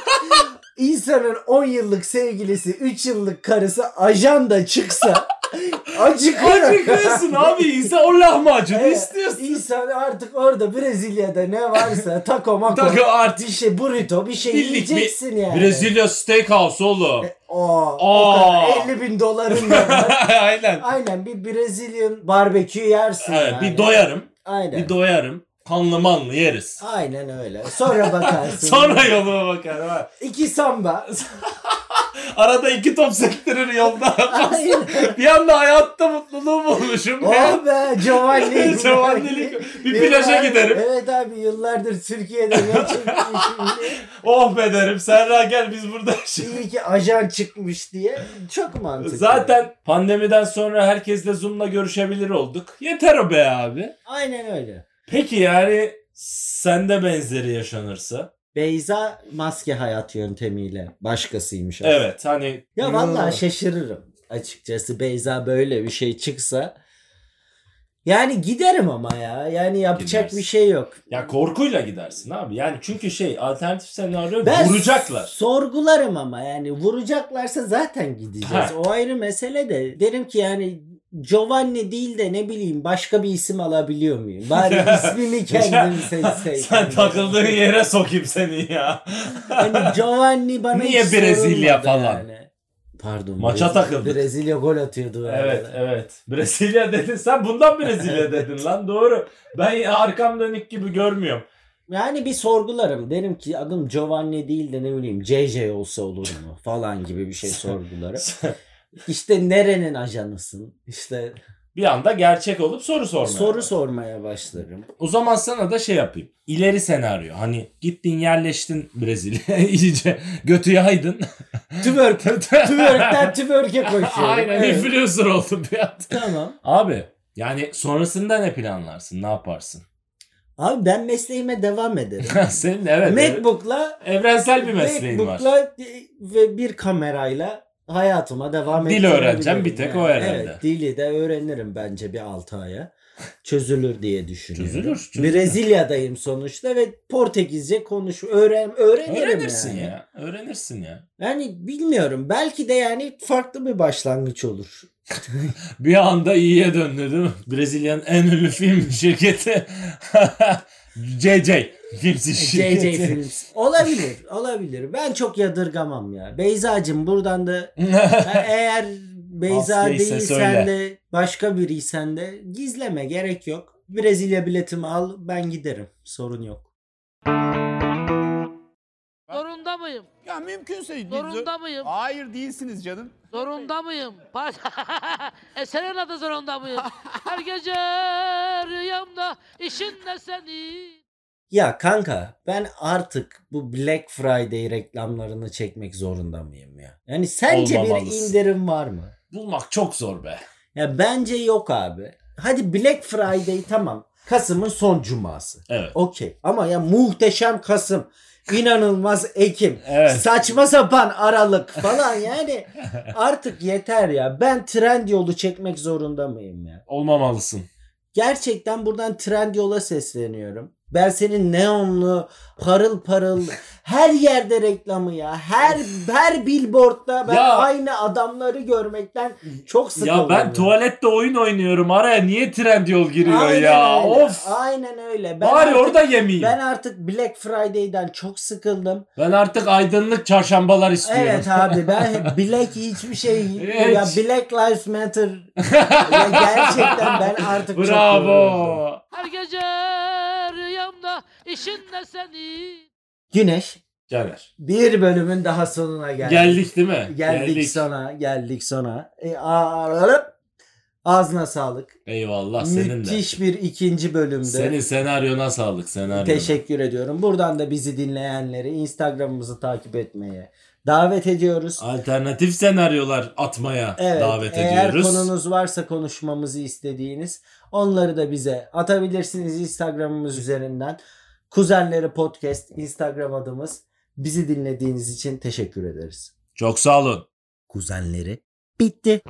[SPEAKER 1] insanın 10 yıllık sevgilisi, 3 yıllık karısı ajanda çıksa
[SPEAKER 2] (laughs)
[SPEAKER 1] acıkır.
[SPEAKER 2] Acıkıyorsun abi. İnsan o lahmacunu
[SPEAKER 1] (laughs) Evet,
[SPEAKER 2] istiyorsun.
[SPEAKER 1] İnsan artık orada Brezilya'da ne varsa taco mako
[SPEAKER 2] Takı
[SPEAKER 1] bir
[SPEAKER 2] artık.
[SPEAKER 1] şey burrito bir şey
[SPEAKER 2] Bildik bir-
[SPEAKER 1] yiyeceksin yani.
[SPEAKER 2] Brezilya Steakhouse oğlum.
[SPEAKER 1] (laughs) Aa,
[SPEAKER 2] Aa.
[SPEAKER 1] O kadar 50 bin doların var.
[SPEAKER 2] (laughs) Aynen.
[SPEAKER 1] Aynen bir Brezilyan barbekü yersin
[SPEAKER 2] Evet,
[SPEAKER 1] yani.
[SPEAKER 2] bir doyarım.
[SPEAKER 1] Aynen.
[SPEAKER 2] Bir doyarım. Kanlı manlı yeriz.
[SPEAKER 1] Aynen öyle.
[SPEAKER 2] (laughs)
[SPEAKER 1] Sonra bakarsın.
[SPEAKER 2] Sonra yoluma bakarım. ha.
[SPEAKER 1] İki samba.
[SPEAKER 2] (laughs) Arada iki top sektirir yolda.
[SPEAKER 1] (laughs)
[SPEAKER 2] (laughs)
[SPEAKER 1] Aynen.
[SPEAKER 2] bir anda hayatta mutluluğum olmuşum.
[SPEAKER 1] Oh be
[SPEAKER 2] (laughs)
[SPEAKER 1] Giovanni.
[SPEAKER 2] Giovanni'lik. Bir plaja
[SPEAKER 1] Yıllardır-
[SPEAKER 2] giderim.
[SPEAKER 1] Evet abi yıllardır Türkiye'de
[SPEAKER 2] (laughs)
[SPEAKER 1] ne çekmiş
[SPEAKER 2] Oh be derim. Serra gel biz burada.
[SPEAKER 1] şimdi. İyi ki ajan çıkmış diye. Çok mantıklı.
[SPEAKER 2] Zaten pandemiden sonra herkesle Zoom'la görüşebilir olduk. Yeter o be abi.
[SPEAKER 1] Aynen öyle.
[SPEAKER 2] Peki yani sende benzeri yaşanırsa.
[SPEAKER 1] Beyza maske hayat yöntemiyle başkasıymış aslında.
[SPEAKER 2] Evet hani.
[SPEAKER 1] Ya vallahi şey-
[SPEAKER 2] Hmm.
[SPEAKER 1] şaşırırım açıkçası Beyza böyle bir şey çıksa. Yani giderim ama ya. Yani yapacak
[SPEAKER 2] Gidersin.
[SPEAKER 1] bir şey yok.
[SPEAKER 2] Ya korkuyla gidersin abi. Yani çünkü şey alternatif senaryo
[SPEAKER 1] Ben
[SPEAKER 2] vuracaklar.
[SPEAKER 1] Sorgularım ama yani vuracaklarsa zaten gideceğiz.
[SPEAKER 2] Ha.
[SPEAKER 1] O ayrı mesele de. Derim ki yani Giovanni değil de ne bileyim başka bir isim alabiliyor muyum? Bari
[SPEAKER 2] (laughs)
[SPEAKER 1] ismimi kendim seçseydim.
[SPEAKER 2] Sen takıldığın yere sokayım
[SPEAKER 1] (laughs)
[SPEAKER 2] seni ya.
[SPEAKER 1] Hani Giovanni bana
[SPEAKER 2] Niye
[SPEAKER 1] hiç
[SPEAKER 2] Brezilya
[SPEAKER 1] sorulmadı
[SPEAKER 2] falan?
[SPEAKER 1] yani. Pardon.
[SPEAKER 2] Maça
[SPEAKER 1] Brezilya-
[SPEAKER 2] takıldık.
[SPEAKER 1] Brezilya gol atıyordu. bu
[SPEAKER 2] evet
[SPEAKER 1] arada.
[SPEAKER 2] evet. Brezilya dedin. Sen
[SPEAKER 1] (laughs)
[SPEAKER 2] bundan Brezilya dedin lan doğru. Ben arkam dönük gibi görmüyorum. (laughs)
[SPEAKER 1] Yani bir sorgularım. Derim ki adım Giovanni değil de ne bileyim JJ olsa olur mu falan gibi bir şey
[SPEAKER 2] (laughs)
[SPEAKER 1] sorgularım. İşte nerenin ajanısın? İşte
[SPEAKER 2] Bir anda gerçek olup soru sormaya.
[SPEAKER 1] soru sormaya başlarım.
[SPEAKER 2] O zaman sana da şey yapayım. İleri senaryo. Hani gittin yerleştin (laughs) Brezilya'ya iyice
[SPEAKER 1] (laughs)
[SPEAKER 2] götü yaydın.
[SPEAKER 1] Twerk. Twerk'ten twerk'e koşuyorum.
[SPEAKER 2] Aynen
[SPEAKER 1] Evet.
[SPEAKER 2] influencer oldun bir anda.
[SPEAKER 1] Tamam.
[SPEAKER 2] Abi yani sonrasında ne planlarsın? Ne yaparsın? (laughs)
[SPEAKER 1] Abi ben mesleğime devam ederim.
[SPEAKER 2] Senin (laughs) evet. evet.
[SPEAKER 1] Macbook'la
[SPEAKER 2] Evrensel bir mesleğin var.
[SPEAKER 1] Macbook'la ve bir kamerayla hayatıma devam
[SPEAKER 2] Dil
[SPEAKER 1] ettirebilirim.
[SPEAKER 2] öğreneceğim, bir tek o herhalde.
[SPEAKER 1] Evet, dili de öğrenirim bence bir 6 aya. Çözülür diye düşünüyorum.
[SPEAKER 2] Çözülür, çözülür.
[SPEAKER 1] Brezilya'dayım sonuçta ve Portekizce konuş öğren öğrenirim
[SPEAKER 2] Öğrenirsin
[SPEAKER 1] yani.
[SPEAKER 2] ya. Öğrenirsin ya.
[SPEAKER 1] Yani bilmiyorum. Belki de yani farklı bir başlangıç olur.
[SPEAKER 2] Bir anda iyiye döndü değil mi? Brezilya'nın en ünlü film şirketi. (laughs) JJ. Filmsi şirketi. (laughs)
[SPEAKER 1] JJ Films. Olabilir. Olabilir. Ben çok yadırgamam ya. Beyzacım buradan da Ha, eğer Beyza
[SPEAKER 2] Hastaysa söyle.
[SPEAKER 1] değilsen de başka biriysen de gizleme gerek yok. Brezilya biletimi al ben giderim. Sorun yok.
[SPEAKER 4] Zorunda mıyım?
[SPEAKER 5] Ya mümkünse git-
[SPEAKER 4] Zorunda mıyım?
[SPEAKER 5] Hayır değilsiniz canım.
[SPEAKER 4] Zorunda mıyım? Baş... (laughs) Eserin adı zorunda mıyım? Her gece rüyamda işinle seni.
[SPEAKER 1] Ya kanka ben artık bu Black Friday reklamlarını çekmek zorunda mıyım ya? Yani sence bir
[SPEAKER 2] Olmamalısın.
[SPEAKER 1] indirim var mı?
[SPEAKER 2] (laughs) Bulmak çok zor be.
[SPEAKER 1] Ya bence yok abi. Hadi Black Friday tamam. Kasım'ın son cuması.
[SPEAKER 2] Evet.
[SPEAKER 1] Okey. Ama ya muhteşem Kasım, inanılmaz Ekim,
[SPEAKER 2] Evet.
[SPEAKER 1] saçma sapan Aralık falan yani artık yeter ya. Ben trend yolu çekmek zorunda mıyım ya?
[SPEAKER 2] Olmamalısın.
[SPEAKER 1] Gerçekten buradan trend yola sesleniyorum. Ben senin neonlu, parıl parıl her yerde reklamı ya. Her her billboardda ben
[SPEAKER 2] Ya.
[SPEAKER 1] aynı adamları görmekten çok sıkılıyorum.
[SPEAKER 2] Ya ben tuvalette oyun oynuyorum. Araya niye trend yol giriyor
[SPEAKER 1] Aynen
[SPEAKER 2] ya?
[SPEAKER 1] öyle,
[SPEAKER 2] Of.
[SPEAKER 1] Aynen öyle. Ben
[SPEAKER 2] Bari
[SPEAKER 1] artık-
[SPEAKER 2] orada yemeyeyim.
[SPEAKER 1] ben
[SPEAKER 2] Ben,
[SPEAKER 1] artık Black Friday'den çok sıkıldım.
[SPEAKER 2] artık aydınlık çarşambalar istiyorum.
[SPEAKER 1] Evet abi ben Black hiçbir şey
[SPEAKER 2] (laughs) Evet.
[SPEAKER 1] ya Black Lives Matter ya gerçekten ben artık çok yoruldum.
[SPEAKER 2] Bravo.
[SPEAKER 4] Her gece rüyamda işinle seni.
[SPEAKER 1] Güneş
[SPEAKER 2] Caner.
[SPEAKER 1] bir bölümün daha sonuna geldik.
[SPEAKER 2] Geldik değil mi?
[SPEAKER 1] geldik, sona, geldik sona. E, a- ağzına sağlık.
[SPEAKER 2] Eyvallah Ah, senin de.
[SPEAKER 1] Müthiş bir ikinci bölümde.
[SPEAKER 2] Senin senaryona sağlık senaryo.
[SPEAKER 1] Teşekkür ediyorum. Buradan da bizi dinleyenleri Instagram'ımızı takip etmeye, Davet ediyoruz.
[SPEAKER 2] Alternatif senaryolar atmaya
[SPEAKER 1] Evet,
[SPEAKER 2] davet
[SPEAKER 1] eğer
[SPEAKER 2] ediyoruz.
[SPEAKER 1] konunuz varsa konuşmamızı istediğiniz onları da bize atabilirsiniz Instagram'ımız üzerinden. Kuzenleri Podcast Instagram adımız. Bizi dinlediğiniz için teşekkür ederiz.
[SPEAKER 2] Çok sağ olun.
[SPEAKER 1] Kuzenleri bitti.